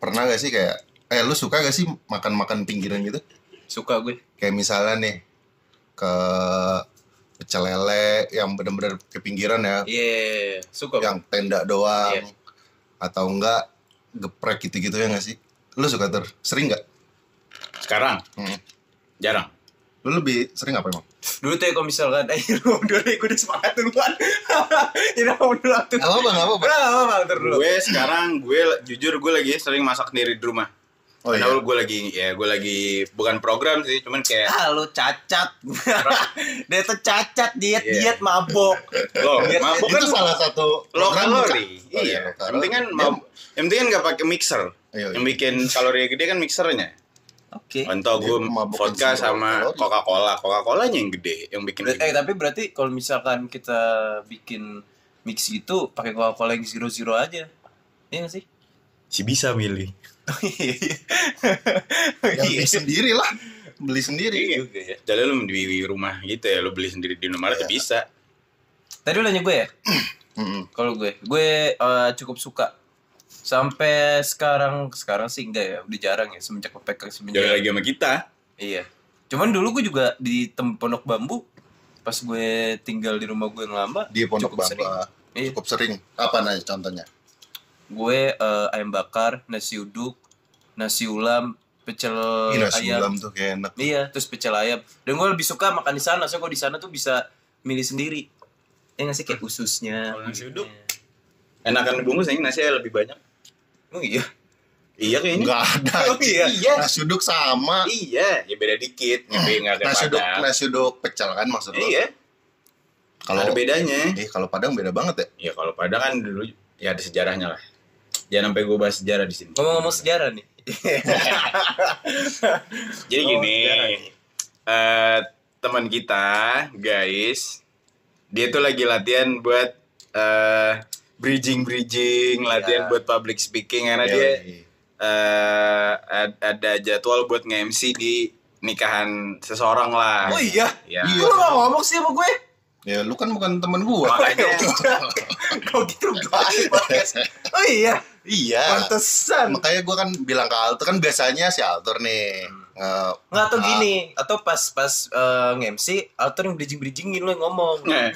gak sih kayak eh lu suka gak sih makan-makan pinggiran gitu? Suka gue. Kayak misalnya nih ke pecel lele yang bener-bener ke pinggiran ya, Iya, suka. yang tenda doang Iya. atau enggak geprek gitu-gitu ya gak sih? Lu suka ter sering gak? Sekarang Hmm. jarang. Lu lebih sering apa emang? Dulu tuh ya kalau misalkan, eh lu mundur deh, gue udah semangat duluan. Ini mau mundur waktu. Gak apa-apa, gak apa-apa. Udah gak apa-apa, mundur dulu. Gue sekarang gue la- jujur gue lagi sering masak sendiri di rumah. Oh iya. Karena gue lagi ya gue lagi bukan program sih, cuman kayak Ah, lu cacat. Dia tuh cacat, Iya. diet-diet mabok. lo Iya, Itu mabuk kan salah satu low program kalori. bukan? Oh, iya. low Yang penting kan kalori. mabuk. Yang penting kan nggak pakai mixer. Iya, Yang iya. bikin kalorinya gede kan mixernya. Oke. Contoh Dia gue memabukin vodka semua sama kalori. Coca-Cola. Coca-Colanya yang gede, yang bikin Ber- Eh tapi berarti kalau misalkan kita bikin mix gitu pakai Coca-Cola yang zero zero aja. Iya gak sih? Iya, si bisa milih. Ya, beli sendiri lah. Beli sendiri. Iya. Juga ya. Jadi lu di rumah gitu ya, lu beli sendiri di nomor Iya. ya bisa. Tadi lu nanya gue ya? Mm-mm. Kalau gue, gue eh, cukup suka. Sampai sekarang sekarang sih enggak ya, udah jarang ya semenjak PPK Jadi semenjak. lagi sama kita. Iya. Cuman dulu gue juga di tem- Pondok Bambu pas gue tinggal di rumah gue yang lama Di Pondok cukup sering. Bangka. Iya. Cukup sering. Apa nah contohnya? Gue eh, ayam bakar, nasi uduk, nasi ulam, pecel Ih, nasi ayam. ulam tuh kayak enak. Iya, terus pecel ayam. Dan gue lebih suka makan di sana, soalnya gue di sana tuh bisa milih sendiri. Ya nggak sih kayak ususnya. Kalau nasi uduk? Enakan dibungkus ini nasi lebih banyak. Emang iya. Iya kayaknya. Enggak ada. Oh, iya. Iya. Nasi uduk sama. Iya, ya beda dikit, nyobain enggak ada Eh, Nasi uduk, padang. nasi uduk pecel kan maksud lu? Iya, Kalau ada bedanya. eh kalau Padang beda banget ya. Nah, Iya, kalau padang kan dulu ya ada sejarahnya lah. Jangan sampai gue bahas sejarah di sini. Ngomong-ngomong sejarah nih. Jadi Oh, gini, sejarah. eh, teman kita, guys, dia tuh lagi latihan buat eh bridging bridging, latihan Iya. buat public speaking karena Iya, dia iya. eh, ad- ada jadwal buat nge-MC di nikahan seseorang lah. Oh iya. Iya. Lu nggak ngomong sih sama gue? Ya lu kan bukan temen Oh, gua. Makanya Kau gitu gua di podcast. Oh iya. iya. Pantesan. Makanya gua kan bilang ke Altur kan biasanya si Altur nih. eh, ah, nge- Hmm. Nggak atau gini, Ah. atau eh, pas-pas ngemsi, nge-MC, Alter yang bridging-bridgingin lu yang ngomong. Nah,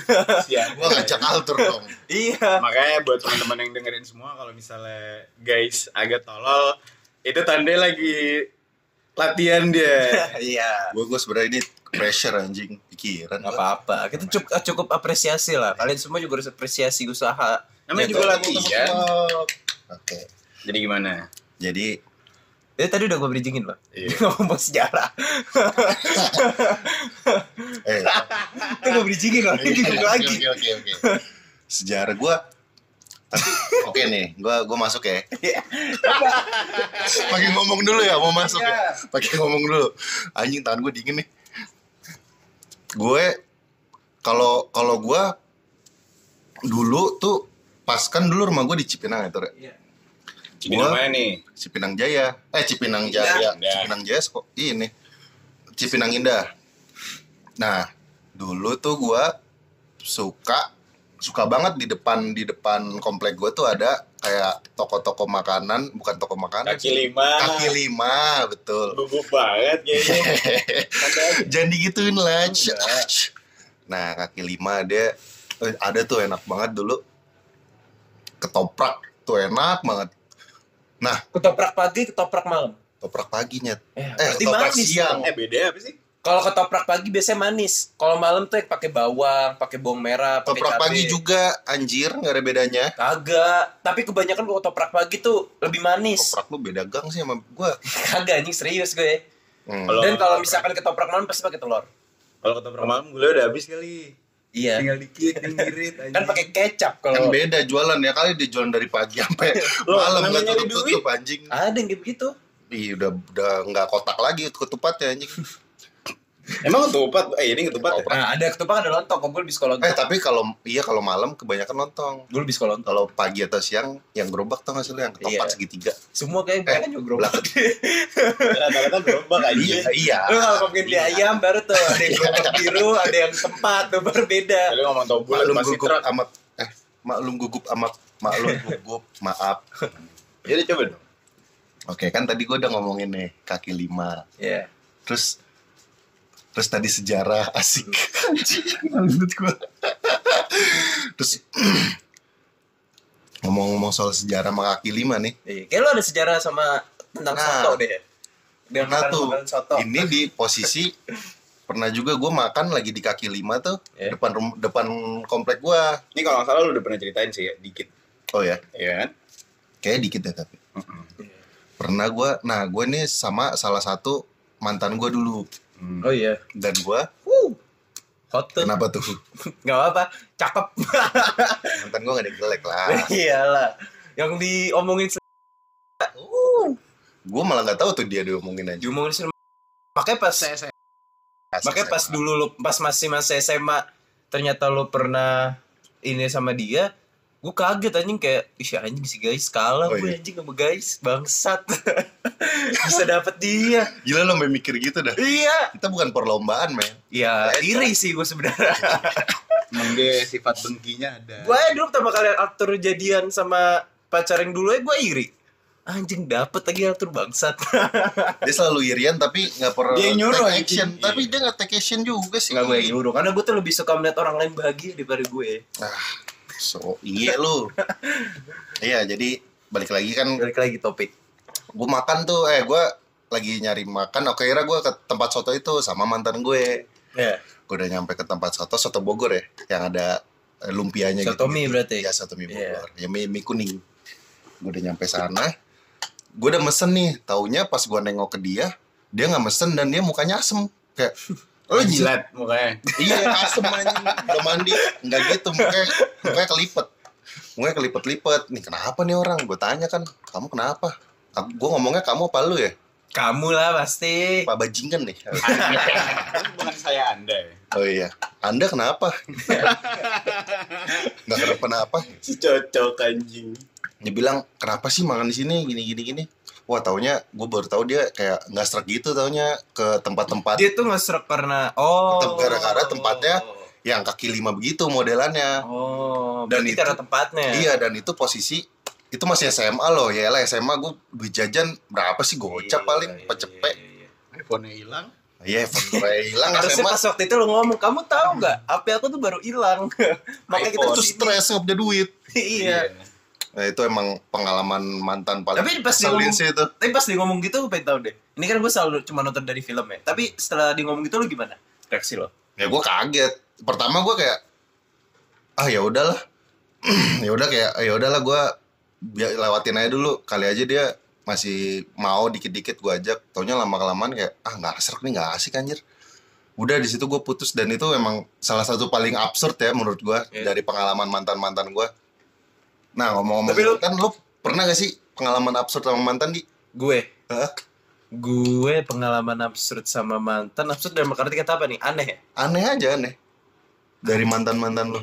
iya. Gua ngajak Altur dong. Iya. Makanya buat teman-teman yang dengerin semua kalau misalnya guys agak tolol itu tanda lagi latihan dia. Iya. Gua gua sebenarnya ini pressure anjing pikiran. Nggak apa-apa. Kita cukup, eh, cukup apresiasi lah. Kalian semua juga harus apresiasi usaha. Ya, Namanya juga tuh. latihan. Oke. Jadi gimana? Jadi Ya tadi udah gue bridgingin pak Iya. Ngomong sejarah eh Itu gue bridgingin Iya, loh Ini gitu lagi Oke oke oke. Sejarah gua tapi oke nih, gua gua masuk ya. Pakai ngomong dulu ya, mau masuk ya. Iya. Pakai ngomong dulu. Anjing tangan gue dingin nih. Gue kalau kalau gua dulu tuh pas kan dulu rumah gue di Cipinang ya, Tur. iya. Jadi Gua- namanya nih. Cipinang Jaya. Eh Cipinang Jaya. Indah. Cipinang Jaya kok ini. Cipinang Indah. Nah, dulu tuh gua suka suka banget di depan di depan komplek gua tuh ada kayak toko-toko makanan, bukan toko makanan. Kaki lima. Kaki lima, betul. Bubuk banget kayaknya. Santai aja. Jangan digituin lah. Ch. Nah, kaki lima ada eh, ada tuh enak banget dulu. Ketoprak tuh enak banget. Nah, Ketoprak pagi, ketoprak malam ketoprak paginya. Eh, Eh, berarti ketoprak manis siang. Eh beda apa sih? Kalau ketoprak pagi biasanya manis Kalau malam tuh yang pakai bawang, pakai bawang merah, pakai Toprak cabai pagi juga anjir nggak ada bedanya. Kagak Tapi kebanyakan kalau ketoprak pagi tuh lebih manis Toprak lu beda gang sih sama gua. Kagak anjing serius gue Hmm. Kalau- Dan kalau misalkan ketoprak malam pasti pakai telur Kalau ketoprak malam gula udah habis kali. Iya Tinggal dikit ngirit aja. Kan pakai kecap Kan kalau beda jualan ya kali dia jualan dari pagi sampai Loh, malam namanya nggak nyari tutup tutup anjing. Ada yang kayak begitu Ih udah udah nggak kotak lagi ketupatnya anjing. Emang ketupat? Eh ini ketupat ya? Nah ada ketoprak ada lontong Kalau gue lebih suka Eh lontong tapi kalau iya kalau malam kebanyakan lontong. Gue lebih suka lontong Kalau pagi atau siang yang gerobak tuh hasilnya yang ketoprak Iya. segitiga. Semua Eh. kayak gue kan juga gerobak Rata-rata berubah Iya iya. Lu kalau ngomongin beli ayam baru tuh ada yang gerobak biru, ada yang tempat, tuh baru beda. Iya. Kalau ngomong tau bulat Maklum pasti gugup truk. amat. Eh maklum gugup amat. Maklum gugup maaf. Jadi coba Ya dong. Oke, kan tadi gue udah ngomongin nih kaki lima. Iya. Terus terus tadi sejarah asik. Anjing, malut gua. terus ngomong-ngomong soal sejarah sama kaki lima nih. Iya, kayak lo ada sejarah sama tentang Nah. soto deh. ya? Dengan Nah tuh, makanan soto. ini di posisi pernah juga gue makan lagi di kaki lima tuh Iya. depan rum- depan komplek gue. Ini kalau nggak salah lu udah pernah ceritain sih ya, dikit. Oh ya, Iya kan? kayak dikit ya tapi. Mm-mm. Pernah gue, nah gue ini sama salah satu mantan gue dulu Hmm. Oh iya. dan gue Uh. Hot tuh. kenapa tuh Gak apa-apa. Cakep. mantan gue gak ada yang jelek lah. Iyalah. Yang diomongin se- gue malah nggak tahu tuh dia diomongin aja. diomongin se- Makanya pas Makanya pas dulu lu pas masih masa SMA ternyata lu pernah ini sama dia, gue kaget anjing kayak ih anjing si guys kalah Oh, gue iya. anjing sama guys bangsat bisa dapet dia Gila lo sampai mikir gitu dah. iya Kita bukan perlombaan, men. iya iri sih gue sebenarnya Emang dia sifat bengkinya ada. gue dulu pertama kali atur jadian sama pacar yang dulu ya gue iri anjing dapet lagi atur bangsat Dia selalu irian tapi nggak pernah Dia yang nyuruh, take action. anjing. Tapi Iya. dia nggak take action juga sih. nggak gue yang nyuruh karena gue tuh lebih suka melihat orang lain bahagia daripada ya. gue Ah, so iya lu. iya, jadi balik lagi kan balik lagi topik gue makan tuh eh gue lagi nyari makan oke akhirnya gue ke tempat soto itu sama mantan gue ya gue udah nyampe ke tempat soto soto Bogor ya yang ada eh, lumpianya gitu Soto mie berarti? ya soto mie Iya. Bogor ya mie, mie kuning gue udah nyampe sana gue udah mesen nih taunya pas gue nengok ke dia dia nggak mesen dan dia mukanya asem kayak "Oh, Lu jilat mukanya. Iya asem anjing Udah mandi Nggak gitu Mukanya, mukanya kelipet Mukanya kelipet-lipet Nih kenapa nih orang Gue tanya kan Kamu kenapa Aku, gue ngomongnya kamu apa lu ya kamu lah pasti Pak Bajingan nih Bukan saya anda ya. Oh iya Anda kenapa Nggak kenapa-napa Si cocok anjing. Dia bilang Kenapa sih makan di sini Gini-gini gini Wah taunya Gue baru tahu dia Kayak nggak serak gitu taunya Ke tempat-tempat dia tuh ngesrek karena oh Tem- gara-gara tempatnya- Yang kaki lima begitu modelannya oh Dan berarti itu- karena tempatnya Iya dan itu posisi itu masih SMA loh ya lah SMA gue duit jajan berapa Iya, sih gocap paling pecepek iPhone-nya hilang. iya iPhone gue hilang harusnya SMA pas Hmm. waktu itu lo ngomong kamu tahu nggak HP aku tuh baru hilang makanya kita iPhone. itu stres nggak punya duit iya nah itu emang pengalaman mantan paling Tapi pas dia ngeselin ngomong- sih itu tapi pas dia ngomong gitu gue pengen tahu deh ini kan gue selalu cuma nonton dari film ya tapi setelah dia ngomong gitu lo gimana reaksi lo ya gue kaget pertama gue kayak ah ya udahlah ya udah kayak ya udahlah gue lewatin aja dulu kali aja dia masih mau dikit-dikit gue ajak taunya lama kelamaan kayak ah nggak asik nih nggak asik anjir udah di situ gue putus dan itu emang salah satu paling absurd ya menurut gue Iya. dari pengalaman mantan mantan gue nah ngomong-ngomong Tapi lu- kan lu pernah gak sih pengalaman absurd sama mantan di gue Hah? gue pengalaman absurd sama mantan absurd dalam arti kata apa nih aneh ya aneh aja aneh dari mantan mantan lu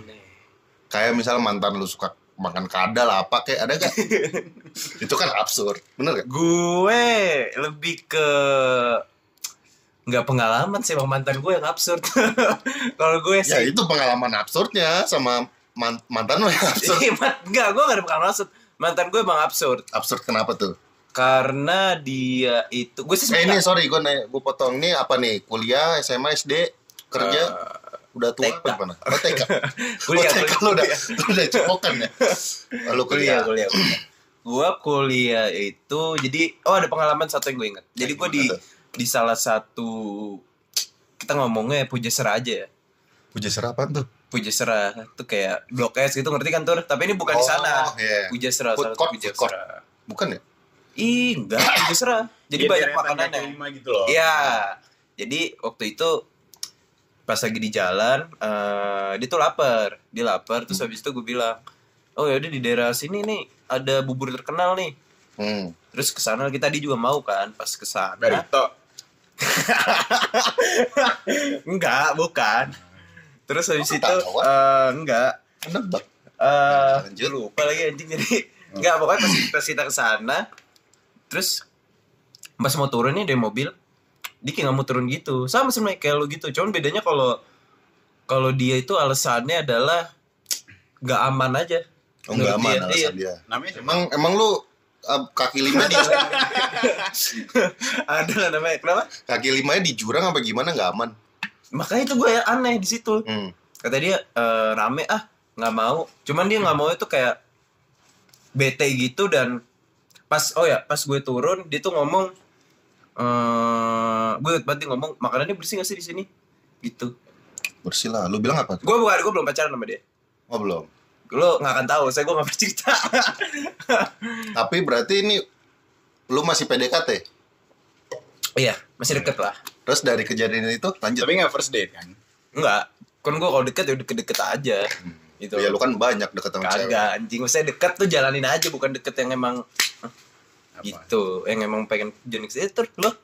kayak misal mantan lu suka makan kadal apa kayak ada gak? itu kan absurd, bener gak? gue lebih ke nggak pengalaman sih bang mantan gue yang absurd kalau Ya gue Iya sih itu pengalaman absurdnya sama man- mantan lu yang absurd. Iya, man- nggak gue nggak ada pengalaman absurd mantan gue emang absurd Absurd kenapa tuh? karena dia itu gue sih Eh ini sebenarnya sorry gue nanya, gue potong nih apa nih? Kuliah, SMA, SD, kerja, udah tua TK. apa gimana? Oh TK. Eh, Kuliah, oh, TK lu udah lu udah cepokan ya. Lu kuliah kuliah. kuliah kuliah. gue kuliah itu jadi oh ada pengalaman satu yang gue ingat jadi Eh, gue di gimana di salah satu kita ngomongnya pujasera aja ya Puja serapan tuh. pujasera tuh kayak blok S gitu ngerti kan tur tapi ini bukan di sana Oh, iya. pujasera Food salah court, food satu court. pujasera Bukan ya? Ih, enggak, terserah. Jadi Iya, banyak deretan makanannya. kaki lima gitu loh. Iya. Jadi waktu itu pas lagi di jalan, eh dia tuh lapar. Dia lapar terus habis itu gue bilang, "Oh, ya udah di daerah sini nih ada bubur terkenal nih." Hmm. Terus ke sana kita tadi juga mau kan pas ke sana. Barito. Enggak, bukan. Terus habis Kok itu ketawa? eh enggak Kenapa? eh Lanjut. Hmm. lupa lagi anjing jadi nggak pokoknya pas, pas kita ke sana terus pas mau turun nih dari mobil dia kayak nggak mau turun gitu sama sebenarnya kayak lo gitu cuman bedanya kalau kalau dia itu alasannya adalah nggak aman aja Oh, enggak aman Menurut dia, alasan iya. dia. Namanya siapa? Emang emang lu ah, kaki lima di ada namanya kenapa kaki limanya di jurang apa gimana nggak aman. makanya itu gue aneh di situ Hmm. kata dia e, rame ah nggak mau cuman dia nggak mau itu kayak bete gitu dan pas oh ya pas gue turun dia tuh ngomong eh gue ingat banget dia ngomong makanannya bersih gak sih di sini gitu Bersih lah. Lu bilang apa? gue bukan gue belum pacaran sama dia Oh belum. lo nggak akan tahu saya gue nggak bercerita Tapi berarti ini lu masih PDKT. iya masih deket lah Terus dari kejadian itu lanjut. Tapi nggak first date kan? enggak kan gue kalau deket ya deket-deket aja gitu Ya lu kan banyak deket sama cewek. kagak anjing saya deket tuh jalanin aja bukan deket yang emang Iya. Apa? gitu yang emang pengen jenis itu lo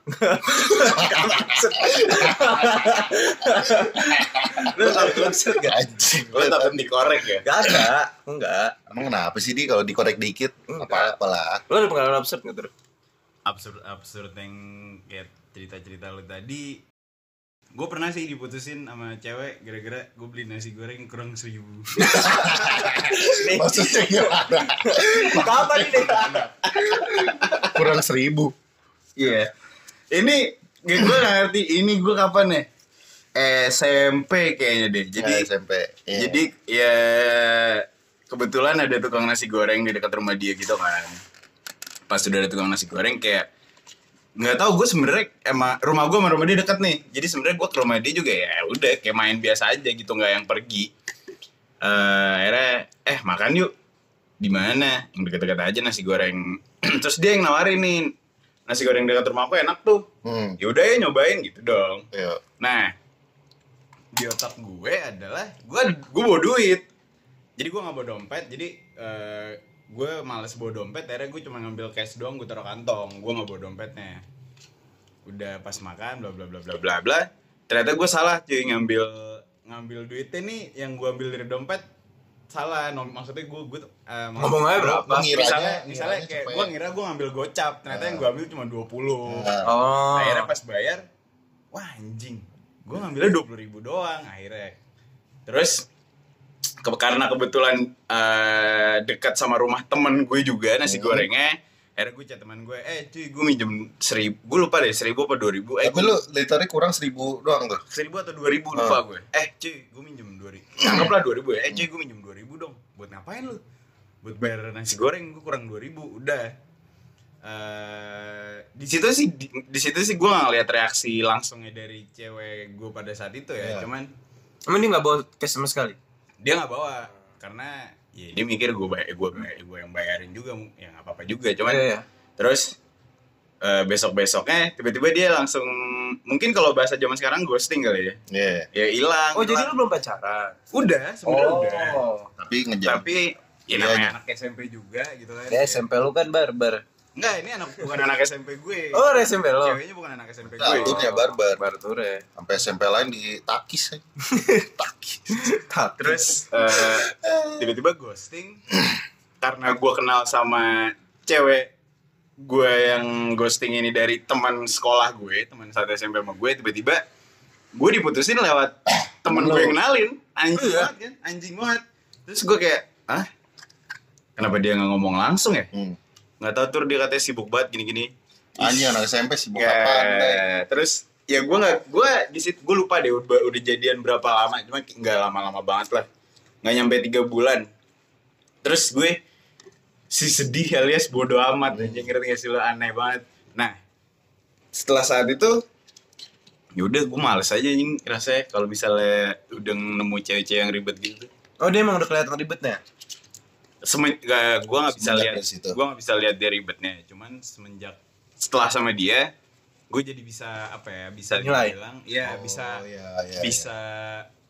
lo takut maksud gak Anjing. Gue takut dikorek ya. gak ada enggak Emang kenapa sih di kalau dikorek dikit Enggak. apa-apalah. lo ada pengalaman absurd nggak tuh absurd absurd yang kayak cerita cerita lu tadi gue pernah sih diputusin sama cewek gara-gara gue beli nasi goreng kurang seribu Nih, Maksudnya gimana? kapan ini Kurang seribu. Iya. Ini gue gak ngerti ini gue kapan ya? SMP kayaknya deh. Jadi Jadi Eh, SMP. Iya. jadi ya kebetulan ada tukang nasi goreng di dekat rumah dia gitu kan. Pas udah ada tukang nasi goreng kayak nggak tahu gue sebenernya emang rumah gue sama rumah dia dekat nih jadi sebenernya gue ke rumah dia juga ya udah kayak main biasa aja gitu nggak yang pergi eh akhirnya eh makan yuk di mana yang dekat-dekat aja nasi goreng terus dia yang nawarin nih nasi goreng dekat rumah aku enak tuh Hmm. ya udah ya nyobain gitu dong Iya. nah di otak gue adalah gue gue bawa duit jadi gue nggak bawa dompet jadi eh, gue males bawa dompet akhirnya gue cuma ngambil cash doang gue taruh kantong gue nggak bawa dompetnya udah pas makan bla bla bla bla bla bla ternyata gue salah cuy ngambil ngambil duitnya nih yang gue ambil dari dompet salah nom- maksudnya gue gue eh, maksud- Ngomong aja berapa? Ngiranya- misalnya misalnya ngiranya ya? Ah. kayak cepet. gue ngira gue ngambil gocap ternyata yang gue ambil cuma 20 Nah, oh akhirnya pas bayar wah anjing gue ngambilnya dua puluh ribu doang akhirnya terus ke- karena kebetulan eh, dekat sama rumah temen gue juga nasi Hmm. gorengnya akhirnya gue chat teman gue eh cuy gue minjem seribu gue lupa deh seribu apa dua ribu eh Tapi gue lu literally kurang seribu doang tuh. seribu atau dua ribu lupa Ah. gue eh cuy gue minjem dua ribu anggaplah dua ribu ya eh cuy gue minjem dua ribu dong buat ngapain lu buat bayar nasi goreng gue kurang dua ribu udah eh di situ sih di, di situ sih gue nggak lihat reaksi langsungnya dari cewek gue pada saat itu ya Iya. cuman emang dia nggak bawa cash sama sekali dia nggak bawa karena ya dia mikir gue bayar gue gue yang bayarin juga ya nggak apa-apa juga cuman Iya, iya. Terus besok besoknya tiba-tiba dia langsung mungkin kalau bahasa zaman sekarang ghosting kali ya. Iya. Ya hilang. oh jadi lu hilang. belum pacaran udah Oh. sebenarnya udah. Tapi ngejar. Tapi ya Iya, namanya iya. anak SMP juga gitu kan. ya SMP lu kan barbar Enggak, ini anak bukan anak SMP gue. oh dari SMP lo Ceweknya bukan anak SMP Nah, gue. lu punya barbar. barbar ya. tuh re Sampai SMP lain ditakis aja. Takis. Terus eh, tiba-tiba ghosting karena gue kenal sama cewek gue yang ghosting ini dari teman sekolah gue, teman saat SMP sama gue tiba-tiba gue diputusin lewat temen gue yang kenalin anjing Iya. banget kan anjing banget terus gue kayak ah kenapa dia nggak ngomong langsung ya Hmm. nggak tahu tur dia katanya sibuk banget gini-gini Anjing anak SMP sibuk Ya, apaan deh. terus ya gue nggak gue di situ gue lupa deh udah, udah jadian berapa lama cuma nggak lama-lama banget lah nggak nyampe tiga bulan terus gue si sedih alias bodoh amat anjing ngerti gak sih lo aneh banget nah setelah saat itu yaudah gue ya males aja anjing rasanya kalau misalnya udah nemu cewek-cewek yang ribet gitu oh dia emang udah kelihatan ribetnya Semen, gak, gue nggak bisa Semenjak lihat dari situ. gue nggak bisa lihat dia ribetnya cuman semenjak setelah sama dia gue jadi bisa apa ya bisa Nilai. dibilang ya Oh, bisa iya, iya, bisa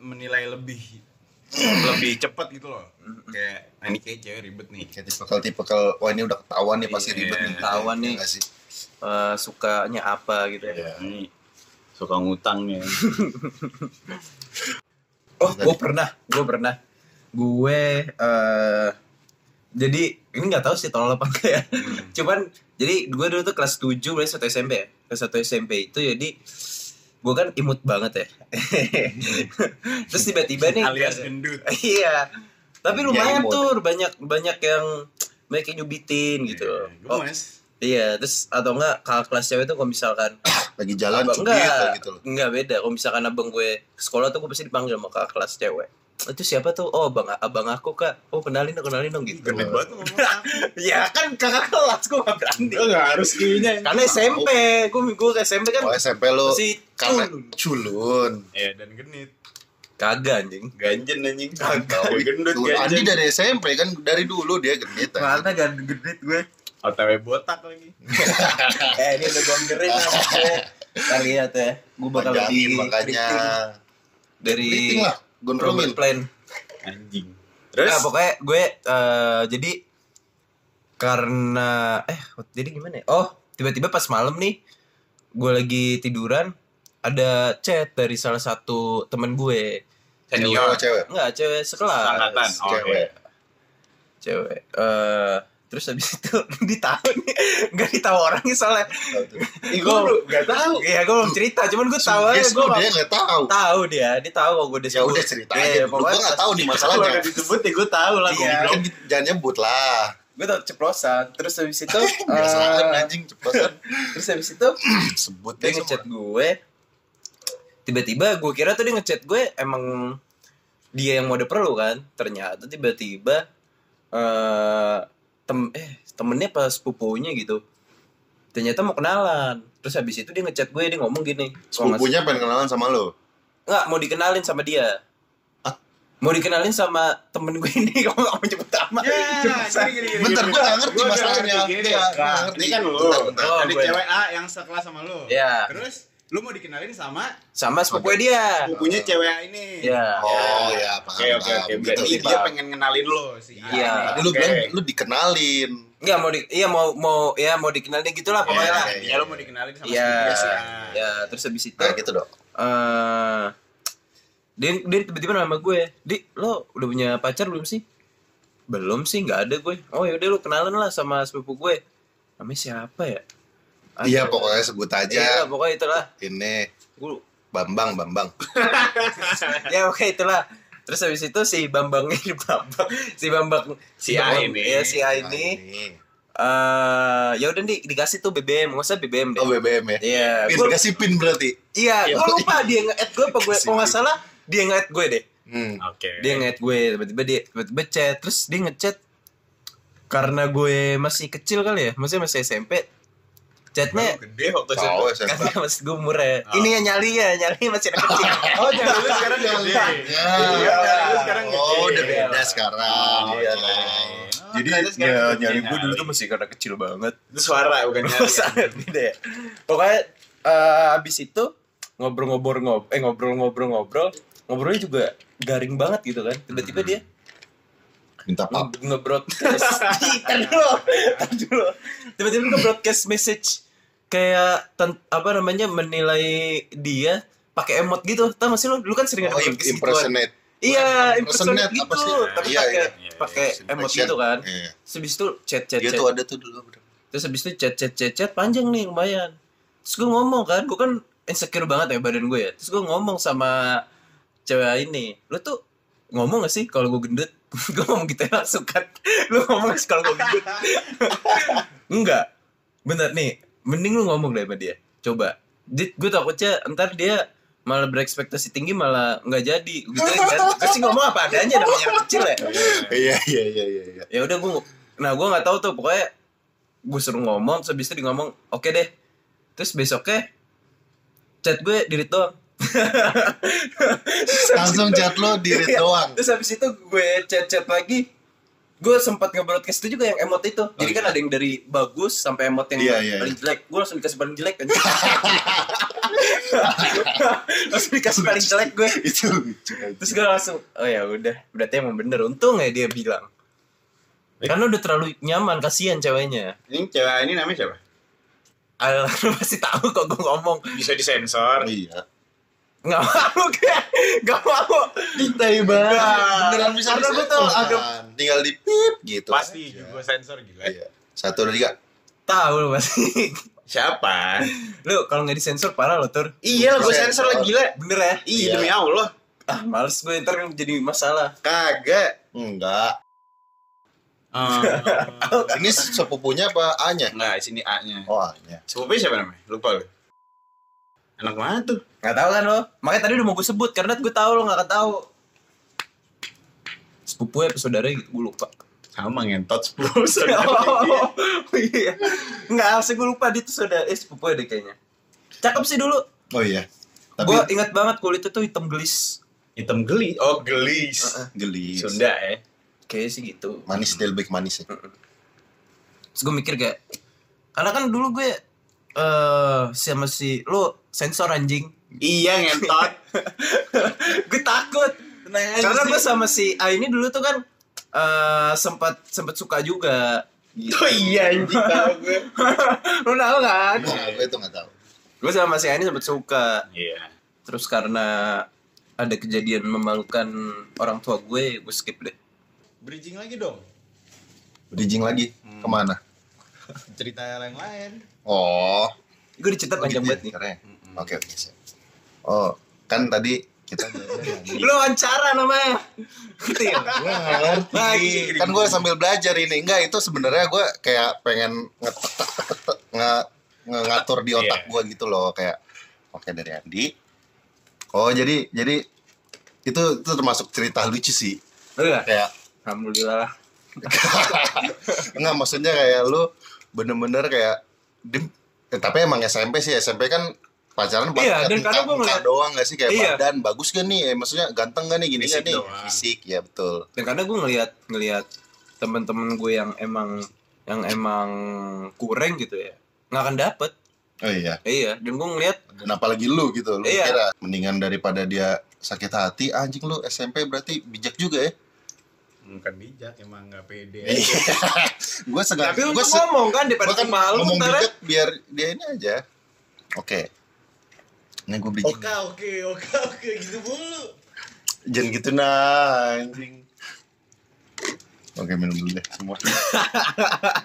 menilai lebih lebih cepat gitu loh kayak "Ah, ini kayak cewek ribet nih Kayak tipikal-tipikal, wah ini udah ketahuan nih pasti Iya, ribet nih. ketahuan Iya nih. nggak sih? Eh, sukanya apa gitu ya Iya. ini suka ngutang ya Oh, gue pernah, gue pernah. Gue eh jadi ini nggak tahu sih tolol apa enggak ya. Cuman jadi gue dulu tuh kelas 7 mulai satu SMP ya. Kelas satu SMP itu jadi gue kan imut banget ya. Terus tiba-tiba nih alias gendut Iya. Tapi lumayan imut. tuh banyak banyak yang banyak yang nyubitin gitu Iya, loh. Oh, Gemes. iya, terus atau enggak kakak kelas cewek tuh kalau misalkan lagi jalan abang, cubit lah enggak, gitu loh enggak beda. Kalau misalkan abang gue ke sekolah tuh gue pasti dipanggil sama kakak kelas cewek. Itu siapa tuh? Oh, abang, abang aku kak. Oh, kenalin dong, kenalin dong gitu. Genit banget. ya kan kakak kelas gue gak berani. Lo gak harus kayaknya. Karena SMP, gue gue ke SMP kan kalau SMP lo masih karena culun. culun Iya dan genit. kagak anjing. Ganjen anjing. Tahu, Gendut Iya. culun. Andi ganjen. dari SMP kan dari dulu dia genit anjing. Mana gak gede kan gue? OTW botak lagi. Eh ini udah gue gerin Kita lihat ya. Gue bakal panjangin di makanya dari Keriting lah gondrongin Robert Plan. Anjing. Terus? Nah, pokoknya gue eh, jadi karena eh jadi gimana ya? Oh, tiba-tiba pas malam nih gue lagi tiduran ada chat dari salah satu temen gue. Senior. Cewek, cewek Enggak, cewek sekelas. Angkatan. Oke. cewek Cewek. Eh terus habis itu ditahu nih. Enggak ditahu orangnya soalnya. Tahu tuh. Ih, gue Gak tau. Iya, gue belum cerita, cuman gue tahu aja Yes, gue lu dia nggak tahu tahu Iya, dia, dia tahu kalau gue udah ya udah cerita aja dulu gue nggak tahu nih Kalau masalahnya gak disebut ya gue tau lah. Iya. goblok. Kan jangan nyebut lah Gue tau ceplosan, terus habis itu biasaan eh, anjing cepet kan. terus habis itu sebut dia deh semua. ngechat gue. Tiba-tiba gue kira tuh dia ngechat gue emang dia yang mau ada perlu kan. Ternyata tiba-tiba eh tem eh temennya pas sepupunya gitu. Ternyata mau kenalan. Terus habis itu dia ngechat gue, dia ngomong gini. "Kalau nggak sepupunya pengen kenalan sama lo Nggak, mau dikenalin sama dia. Ah. Mau dikenalin sama temen gue ini, kamu gak mau nyebut nama. Ya, gini, gini, gini, Bentar, gini. gua nggak ngerti Gua udah masalahnya. ngerti, gini. Iya, gua Nah, nggak ngerti. Ini kan lu. Bentar, bentar. Oh, Ada gue. cewek A yang sekelas sama lu. Iya. Terus lu mau dikenalin sama Sama sepupunya dia. bukunya cewek A ini. Iya. oh ya paham Oke oke oke. paham. Berarti Gitu, dia paham. pengen kenalin lo sih. Iya. Tadi lu Oke. bilang lu dikenalin Enggak mau di iya mau mau ya mau dikenalin gitulah pokoknya Iya, lah. iya, Intinya lu mau dikenalin sama Iya. si Grace, ya. Ya, terus habis itu nah eh gitu dong dia dia tiba-tiba nama gue. Di, lo udah punya pacar belum sih? Belum sih, nggak ada gue. Oh ya udah lu kenalan lah sama sepupu gue. Namanya siapa ya? iya pokoknya sebut Iya, aja pokoknya itulah. ini Gue Bambang Bambang ya oke itulah terus habis itu si Bambang ini Bambang si Bambang Si A Bambang- ini. ya si A ini eh ya udah di, dikasih tuh BBM nggak usah BBM deh oh BBM ya Iya, pin gua- kasih pin berarti iya Iya. gue lupa dia nge-add gue apa gue kalau nggak salah dia nge-add gue deh hmm. Oke. dia nge-add gue tiba-tiba dia tiba-tiba chat terus dia ngechat karena gue masih kecil kali ya masih masih SMP chatnya gede waktu itu. tahu saya karena masih gue umur ya ini ya nyali ya nyali masih anak kecil Oh, jangan lu sekarang gede. Ya. Jangan lu sekarang gede. oh udah beda sekarang Oh, Iya. iya. jadi ternyata sekarang ya kecil nyali gue nyali. dulu tuh masih karena kecil banget Itu suara bukan nyari. Sangat beda ya. Pokoknya eh, abis itu ngobrol-ngobrol ngob eh ngobrol-ngobrol-ngobrol ngobrolnya juga garing banget gitu kan. Tiba-tiba dia minta pap nge- nge-broadcast Ntar dulu, ntar dulu. Tiba-tiba nge-broadcast message kayak ten- apa namanya menilai dia pakai emot gitu. Tahu masih lo dulu kan sering ada oh broadcast gituan. impersonate Iya, Impersonate impersonate apa gitu. sih? Tapi Iya, pakai iya, iya. pakai emot Impression. gitu kan. Iya. Terus habis itu chat chat dia chat. tuh ada tuh dulu bro. Terus habis itu chat chat chat chat panjang nih lumayan. Terus gue ngomong kan, gue kan insecure banget ya badan gue ya. Terus gue ngomong sama cewek ini, lu tuh ngomong gak sih kalau gue gendut? gue ngomong gitu ya langsung kan, lu ngomong gak sih kalau gue gendut? Enggak, bener nih, mending lu ngomong deh sama dia. Coba, Dit, gue takutnya ntar dia malah berekspektasi tinggi malah nggak jadi gitu kan Gue sih ngomong apa adanya namanya anak kecil ya iya iya iya iya iya. ya udah gue nah gue nggak tahu tuh pokoknya gue suruh ngomong terus habis itu di ngomong oke deh terus besoknya chat gue dirit doang Terus habis langsung itu- chat lo diri Iya. doang terus habis itu gue chat chat lagi gue sempat nge-broadcast itu juga yang emot itu jadi kan ada yang dari bagus sampai emot yang Oh, Iya, iya, paling jelek gue langsung dikasih paling jelek kan langsung dikasih paling jelek gue itu lucu terus gue langsung oh ya udah berarti emang bener untung ya dia bilang karena udah terlalu nyaman kasihan ceweknya Ini cewek ini namanya siapa? Alah, lu pasti tahu kok gue ngomong Bisa disensor. iya nggak mau gue nggak mau Ditai banget beneran bisa Karena gue tuh disentuh, agak- kan. tinggal di pip gitu Pasti juga sensor gila. Iya. satu dua tiga tahu lu pasti Siapa? lu kalau nggak disensor parah lo tur Iya, gue Sensor. sensor lah gila. bener ya Ih, Iya. demi Allah. ah males gue ntar jadi masalah Kagak. enggak Oh, Ini sepupunya apa A-nya? Enggak, sini A-nya. Oh, A-nya. Sepupunya siapa namanya? Lupa gue. Anak mana tuh? Gak tau kan lo? Makanya tadi udah mau gue sebut karena gue tahu lo gak akan tahu. Sepupu ya, saudara gitu, gue lupa. Sama ngentot sepuluh oh, iya. Enggak, asli gue lupa dia tuh saudara, eh sepupu deh kayaknya. Cakep sih dulu. Oh iya. Tapi Gue ingat banget kulitnya tuh hitam gelis. Hitam geli. Oh, gelis. gelis. Sunda ya. Kayaknya sih gitu. Manis dia lebih manis ya. Terus gue mikir kayak, karena kan dulu gue eh sama si lo sensor anjing. Iya ngentot. gue takut. Karena gue sama si A ini dulu tuh kan eh sempat sempat suka juga. Gitu. Oh iya anjing tau gue. lo tau kan? Nah, gue itu nggak tahu. Gue sama si A ini sempat suka. Iya. Terus karena ada kejadian memalukan orang tua gue, gue skip deh. Bridging lagi dong. Bridging lagi kemana? Cerita yang lain. Oh, Gue oh dicetak panjang gitu ya, banget nih. keren. Oke, oke. siap. Oh, kan tadi kita Lo wawancara namanya. Gitu ya? Nah, Lagi. kan gue sambil belajar ini enggak itu sebenarnya gue kayak pengen ngetek- ngetek- nge- nge- ngatur di otak Iya. gue gitu loh kayak oke dari Andi oh jadi jadi itu itu termasuk cerita lucu sih Udah. kayak Alhamdulillah lah. enggak maksudnya kayak lu bener-bener kayak di- eh, tapi emang SMP sih SMP kan pacaran pas- Iya, lihat dan muka- kadang gua muka ngeliat- doang gak sih kayak Iya. badan bagus gak nih Eh, maksudnya ganteng gak nih gini gak Fisik nih doang. fisik ya betul dan karena gue ngelihat ngelihat temen-temen gue yang emang yang emang kurang gitu ya nggak akan dapet oh iya iya dan gue ngelihat dan apalagi lu gitu lu Iya. kira mendingan daripada dia sakit hati "Ah, anjing lu SMP berarti bijak juga ya Bukan bijak, emang nggak pede. Iya. gue sengaja tapi lu gue tuh ngomong kan daripada kan kan malu ngomong ntar ya. bijak biar dia ini aja oke ini gue bijak Oke, oke, oke, oke, gitu mulu. jangan gitu nah anjing oke minum dulu deh semua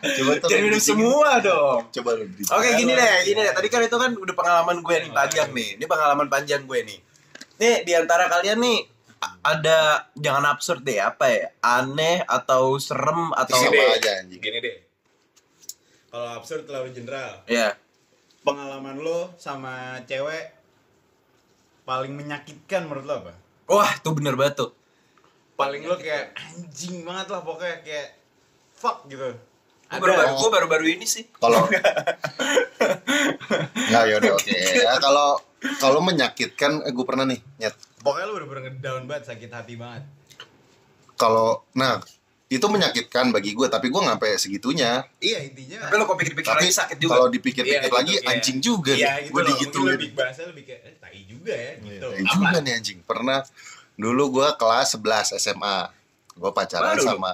coba tuh jangan lu bridging. minum semua dong coba lu bijak gitu. Oke gini deh, gini deh. Tadi kan itu kan udah pengalaman gue nih panjang nih. Ini pengalaman panjang gue nih. Nih diantara kalian nih a- ada jangan absurd deh apa ya? Aneh atau serem atau Sama deh. aja anjing Gini deh. Kalau absurd terlalu general. ya Pengalaman lo sama cewek paling menyakitkan menurut lo apa? wah tuh bener banget tuh. Paling lo kayak anjing banget lah pokoknya kayak fuck gitu. Gue baru-baru, gue baru-baru ini sih. kalau nggak yaudah oke ya kalau kalau menyakitkan eh, gue pernah nih nyet Pokoknya lo bener-bener ngedown banget, sakit hati banget. kalau nah itu menyakitkan bagi gue tapi gue nggak sampai segitunya Iya intinya. Tapi lo kok pikir-pikir tapi lagi sakit juga. kalau dipikir-pikir Iya, lagi gitu, iya. anjing juga Iya nih gitu gue loh, mungkin digituin lebih bahasa lebih kayak eh, tai juga ya gitu. Iya juga nih anjing pernah dulu gue kelas 11 SMA gue pacaran Baru lu? Oh, iya. sama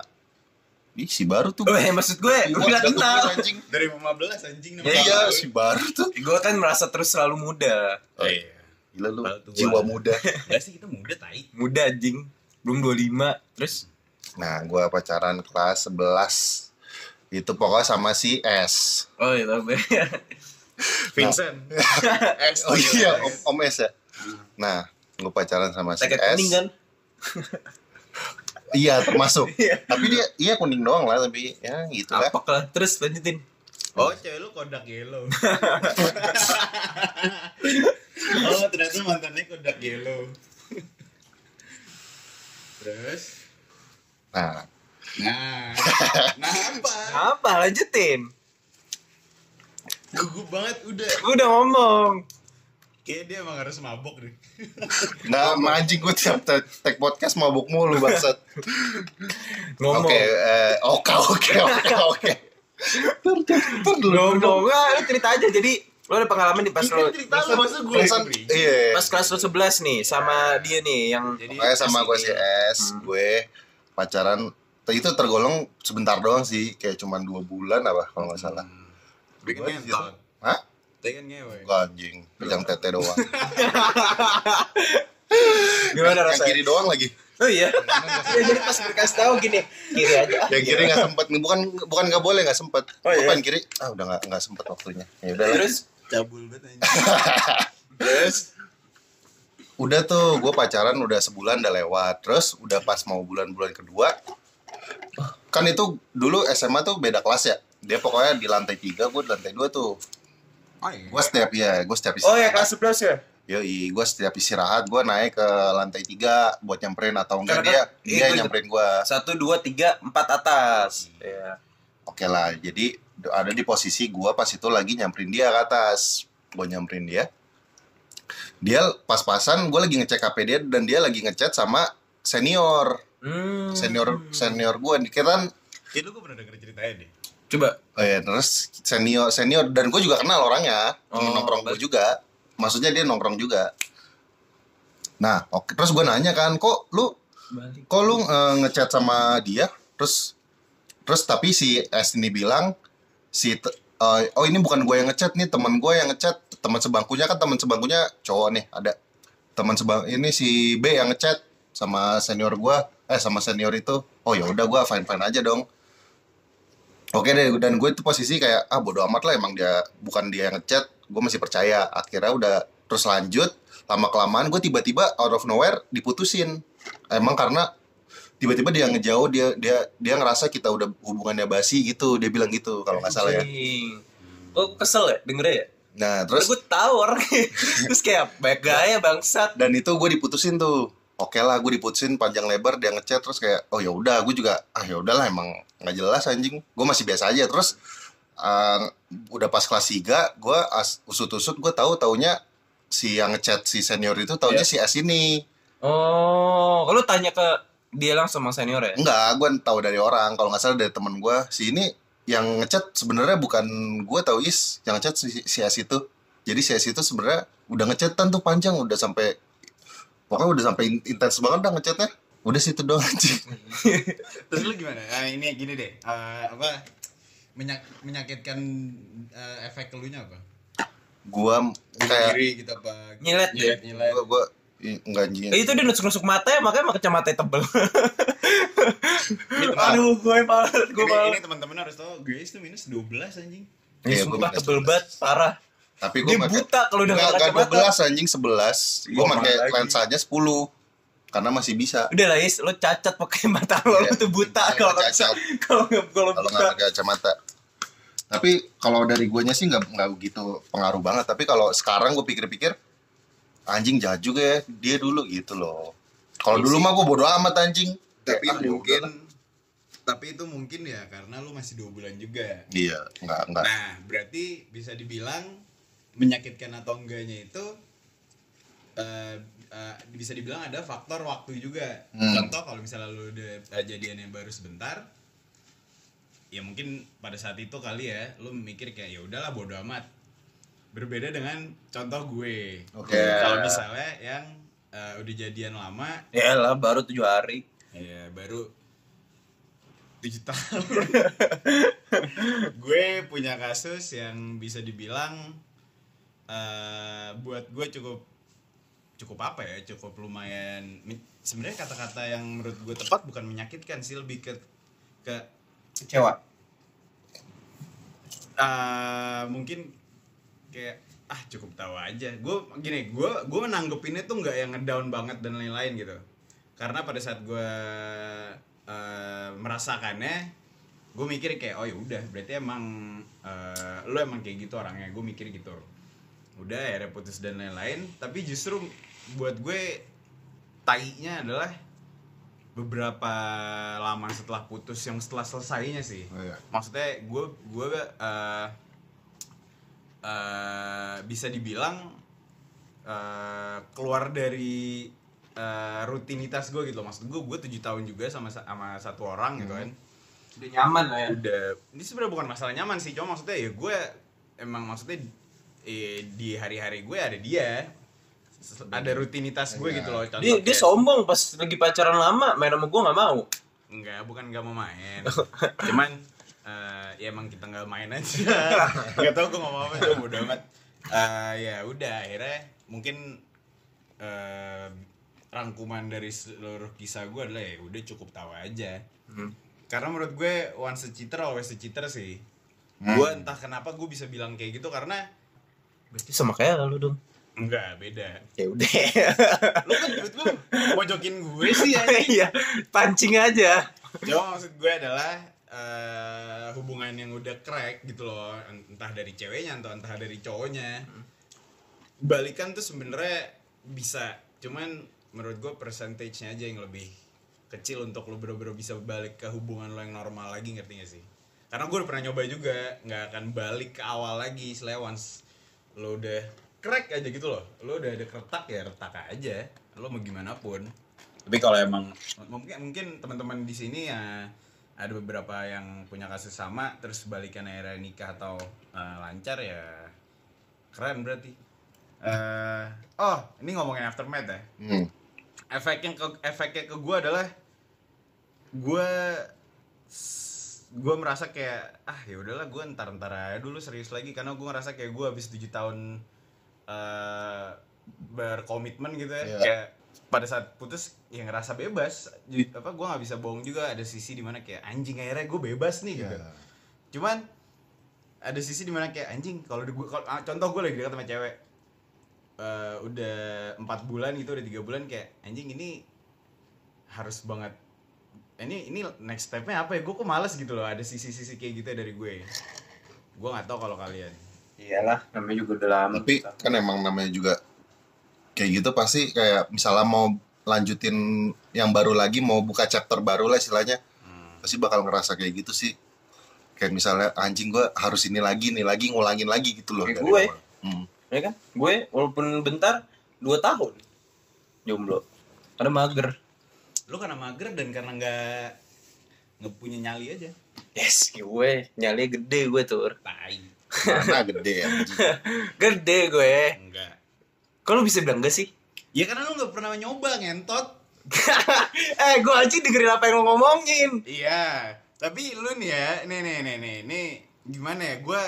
Ih, si baru tuh Weh, maksud gue, gue Gua gak udah kenal. tuh, anjing Dari 15 anjing Iya, iya si baru tuh Gue kan merasa terus selalu muda. Oh, iya. gila lu Baru tua. jiwa muda Enggak sih kita muda tai. Muda anjing. Belum 25. Terus? nah gue pacaran kelas 11 itu pokoknya sama si S Oh iya, tau gue. Vincent. oh iya om, om S ya nah gue pacaran sama si Sakit S kuning kan? Iya termasuk. Iya. tapi dia iya kuning doang lah tapi ya gitu lah. Apak lah. Terus lanjutin. Oh, cewek lu kodak yellow. oh, ternyata mantannya kodak yellow. Terus? Nah, Nah, nah apa? Apa? Lanjutin. Gugup banget udah. Gue udah ngomong. Kayaknya dia emang harus mabok deh. nah sama anjing gue tiap te- take podcast mabuk mulu bangsat. Ngomong. Oke, eh, oke oke oke oke. Ntar, ntar, ntar dulu. Ngomong. Nggak, lu cerita aja. Jadi, lo ada pengalaman nih pas lo... cerita lu masa gue Bangsat, Eh, Iya. Pas kelas lo 11 nih, sama dia nih yang... Jadi Pokoknya sama gue si ya. Hmm. S, gue pacaran itu tergolong sebentar doang sih, kayak cuman dua bulan apa kalau nggak salah. Hmm. Bikin Gua ngentot. Hah? Tapi kan ngewe. Gua anjing, pegang tete doang. Gimana Yang rasanya? kiri doang lagi. Oh iya? Ya, jadi pas gue kasih tau gini. Kiri aja. ah. yang kiri nggak sempet nih bukan bukan nggak boleh nggak sempet Oh, iya. Apaan kiri ah udah nggak nggak sempet waktunya ya udah lah. Terus? Cabul banget anjing. udah tuh gue pacaran udah sebulan udah lewat terus udah pas mau bulan-bulan kedua kan itu dulu SMA tuh beda kelas ya dia pokoknya di lantai tiga gue di lantai dua tuh Oh, iya. gue setiap ya gue setiap Oh ya istirahat- kelas 11 ya? Yoi, gue setiap istirahat gue naik ke lantai tiga buat nyamperin atau enggak Karena dia kan- iya, dia gua nyamperin gue. Satu, dua, tiga, empat atas. Iya. Oke lah, jadi do- ada di posisi gue pas itu lagi nyamperin dia ke atas. Gue nyamperin dia. Dia pas-pasan, gue lagi ngecek HP dia dan dia lagi ngechat sama senior, Hmm. senior senior gue. Kita kan Kayak lu gue pernah denger ceritanya deh. Coba. Oh ya, terus senior senior dan gue juga kenal orangnya, Temen Oh, nongkrong gue juga. Maksudnya dia nongkrong juga. Nah, oke. Terus gue nanya kan, kok lu Balik. kok lu eh, ngechat sama dia? Terus terus tapi si S ini bilang si te- eh, oh ini bukan gue yang ngechat nih, teman gue yang ngechat. Teman sebangkunya kan teman sebangkunya cowok nih, ada. Teman sebang ini si B yang ngechat sama senior gue, eh sama senior itu. Oh ya udah gue fine fine aja dong. Oke deh, dan gue itu posisi kayak ah bodo amat lah emang dia bukan dia yang ngechat, gue masih percaya. Akhirnya udah terus lanjut lama kelamaan gue tiba-tiba out of nowhere diputusin. Emang karena tiba-tiba dia ngejauh dia dia dia ngerasa kita udah hubungannya basi gitu, dia bilang gitu kalau nggak salah ya. Anjing. Kok kesel ya dengernya ya? Nah terus Terus gue tahu orangnya. Terus kayak baik gaya bangsat. dan itu gue diputusin tuh oke lah gue diputusin panjang lebar dia ngechat terus kayak oh ya udah gue juga ah ya udahlah emang nggak jelas anjing gue masih biasa aja terus eh, udah pas kelas 3 gue usut-usut gue tahu taunya si yang ngechat si senior itu taunya si S ini Oh, lu tanya ke dia langsung sama senior ya? enggak gue tahu dari orang kalau nggak salah dari temen gue si ini yang ngechat sebenarnya bukan gue tahu is yang ngechat si, si S itu jadi si S itu sebenarnya udah ngechatan tuh panjang udah sampai pokoknya udah sampai in- intens banget dah ngechatnya udah situ doang anjing Terus lu gimana? Ah, ini gini deh. Eh, apa menyak- menyakitkan eh, efek kelunya apa? gua kayak ya. Kiri gitu apa? Nyilet deh. nyilet. gua gua i- enggak anjing Eh, itu dia nusuk-nusuk mata ya, makanya makanya matanya tebel. Ini teman- Aduh, gue malas, gue ini, ini malas. teman-teman harus tahu guys itu minus 12 anjing. Ini Iya, gua sumpah minus tebel banget, parah. tapi gua Dia pakai buta kalau udah enggak nggak enggak kacamata. 12 anjing 11 gua Iya, pakai lagi. lensanya 10 karena masih bisa Udah lah, Is, lo cacat pakai mata lo, Iya. lo tuh buta Iya, kalau nggak cacat. bisa. Kalau nggak kalau kalau buta. nggak pakai kacamata tapi kalau dari guanya sih nggak nggak gitu pengaruh banget tapi kalau sekarang gua pikir-pikir anjing jahat juga ya dia dulu gitu loh kalau dulu mah gua bodo amat anjing Tapi Kayak, ah, ya mungkin udah lah. tapi itu mungkin ya karena lu masih dua bulan juga. ya. iya nggak nggak Nah, berarti bisa dibilang menyakitkan atau enggaknya itu eh, eh, bisa dibilang ada faktor waktu juga. Hmm. Contoh kalau misalnya lu udah eh, jadian yang baru sebentar, ya mungkin pada saat itu kali ya lu mikir kayak ya udahlah bodo amat. Berbeda dengan contoh gue. Oke. Kalau misalnya yang eh, udah jadian lama, Ya lah, baru tujuh hari. ya baru digital gue punya kasus yang bisa dibilang eh, buat gue cukup cukup apa ya cukup lumayan men- sebenarnya kata-kata yang menurut gue tepat bukan menyakitkan sih lebih ke ke Kecewa. eh, mungkin kayak ah cukup tahu aja gue gini gue gue menanggepinnya tuh nggak yang ngedown banget dan lain-lain gitu karena pada saat gue eh, merasakannya gue mikir kayak oh ya udah berarti emang eh, lo emang kayak gitu orangnya gue mikir gitu udah ya putus dan lain-lain tapi justru buat gue tainya adalah beberapa lama setelah putus yang setelah selesainya sih Iya. maksudnya gue gue eh, eh, bisa dibilang eh, keluar dari eh, rutinitas gue gitu loh maksud gue gue tujuh tahun juga sama sama satu Hmm. orang gitu kan Udah nyaman lah ya. udah ini sebenarnya bukan masalah nyaman sih cuma maksudnya ya gue emang maksudnya eh, di hari-hari gue ada dia Se- ada rutinitas gue gitu loh Iya. Dia, contoh dia kayak- sombong pas lagi pacaran lama, main sama gue nggak mau. Enggak, bukan nggak mau main. Cuman eh, ya emang kita nggak main aja. Gak tau gue ngomong apa cuma bodo amat. Eh, ya udah akhirnya mungkin eh, rangkuman dari seluruh kisah gue adalah ya udah cukup tahu aja. Karena menurut gue once a cheater always a cheater sih. Gue entah kenapa gue bisa bilang kayak gitu karena Berarti sama kayak lu dong. enggak beda. Ya udah. Lu kan tiba-tiba mojokin gue sih ya. Iya, pancing aja. Cuma maksud gue adalah eh, hubungan yang udah crack gitu loh, entah dari ceweknya atau entah dari cowoknya. Balikan tuh sebenarnya bisa, cuman menurut gue percentage-nya aja yang lebih kecil untuk lo bener-bener bisa balik ke hubungan lo yang normal lagi ngerti gak sih? Karena gue udah pernah nyoba juga, nggak akan balik ke awal lagi selewans lo udah crack aja gitu loh, lo udah ada retak ya retak aja, lo mau gimana pun Tapi kalau emang mungkin mungkin teman-teman di sini ya ada beberapa yang punya kasus sama terus balikan akhirnya nikah atau eh, lancar ya keren berarti eh oh ini ngomongin aftermath ya Hmm. efeknya ke efeknya ke gue adalah gue gue merasa kayak ah ya udahlah gue ntar ntar aja dulu serius lagi karena gue ngerasa kayak gue habis 7 tahun eh berkomitmen gitu ya Iya. kayak pada saat putus ya ngerasa bebas Jadi, apa gue nggak bisa bohong juga ada sisi dimana kayak anjing akhirnya gue bebas nih gitu Iya. cuman ada sisi dimana kayak anjing kalau gue contoh gue lagi dekat sama cewek eh, udah empat bulan gitu udah tiga bulan kayak anjing ini harus banget ini ini next stepnya apa ya gue kok males gitu loh ada sisi-sisi kayak gitu dari gue gue nggak tahu kalau kalian iyalah namanya juga udah lama. Tapi kan emang namanya juga kayak gitu pasti kayak misalnya mau lanjutin yang baru lagi mau buka chapter baru lah istilahnya pasti bakal ngerasa kayak gitu sih kayak misalnya anjing gua harus ini lagi nih lagi ngulangin lagi gitu loh Kayak dari gue. awal. Hmm. ya kan gue walaupun bentar dua tahun jomblo karena mager lu karena mager dan karena nggak nggak punya nyali aja yes gue nyali gede gue tur tai mana gede ya gede gue enggak kalau bisa bilang enggak sih ya karena lu nggak pernah nyoba ngentot eh gue aja dengerin apa yang lo ngomongin Iya, tapi lu nih ya, nih nih nih nih, nih gimana ya? Gua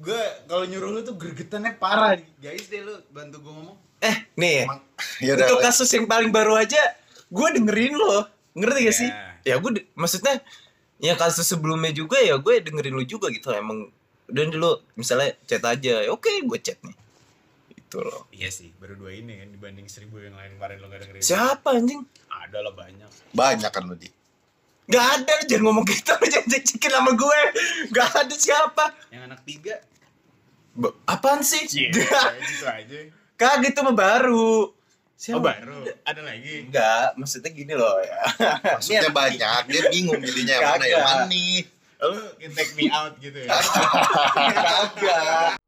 gua kalau nyuruh lu tuh gregetannya parah, guys deh lu bantu gua ngomong. eh nih Emang- ya udah untuk kasus yang paling baru aja gue dengerin lo ngerti gak sih ya gue de- maksudnya ya kasus sebelumnya juga ya gue dengerin lo juga gitu emang dan dulu misalnya chat aja ya oke gue chat nih itu loh Iya sih, baru dua ini kan dibanding seribu yang lain kemarin lo gak dengerin. siapa anjing Ada lah banyak. banyak kan lu di Gak ada lu jangan ngomong gitu lu jangan cekin sama gue Gak ada siapa Yang anak tiga. Ba- Apaan sih? gitu aja. Kagak itu mah baru Siapa? Oh baru, ada lagi. Enggak, maksudnya gini loh ya maksudnya Ini- banyak dia bingung jadinya yang mana Kagak. yang mana nih Lu can take me out gitu ya. Kagak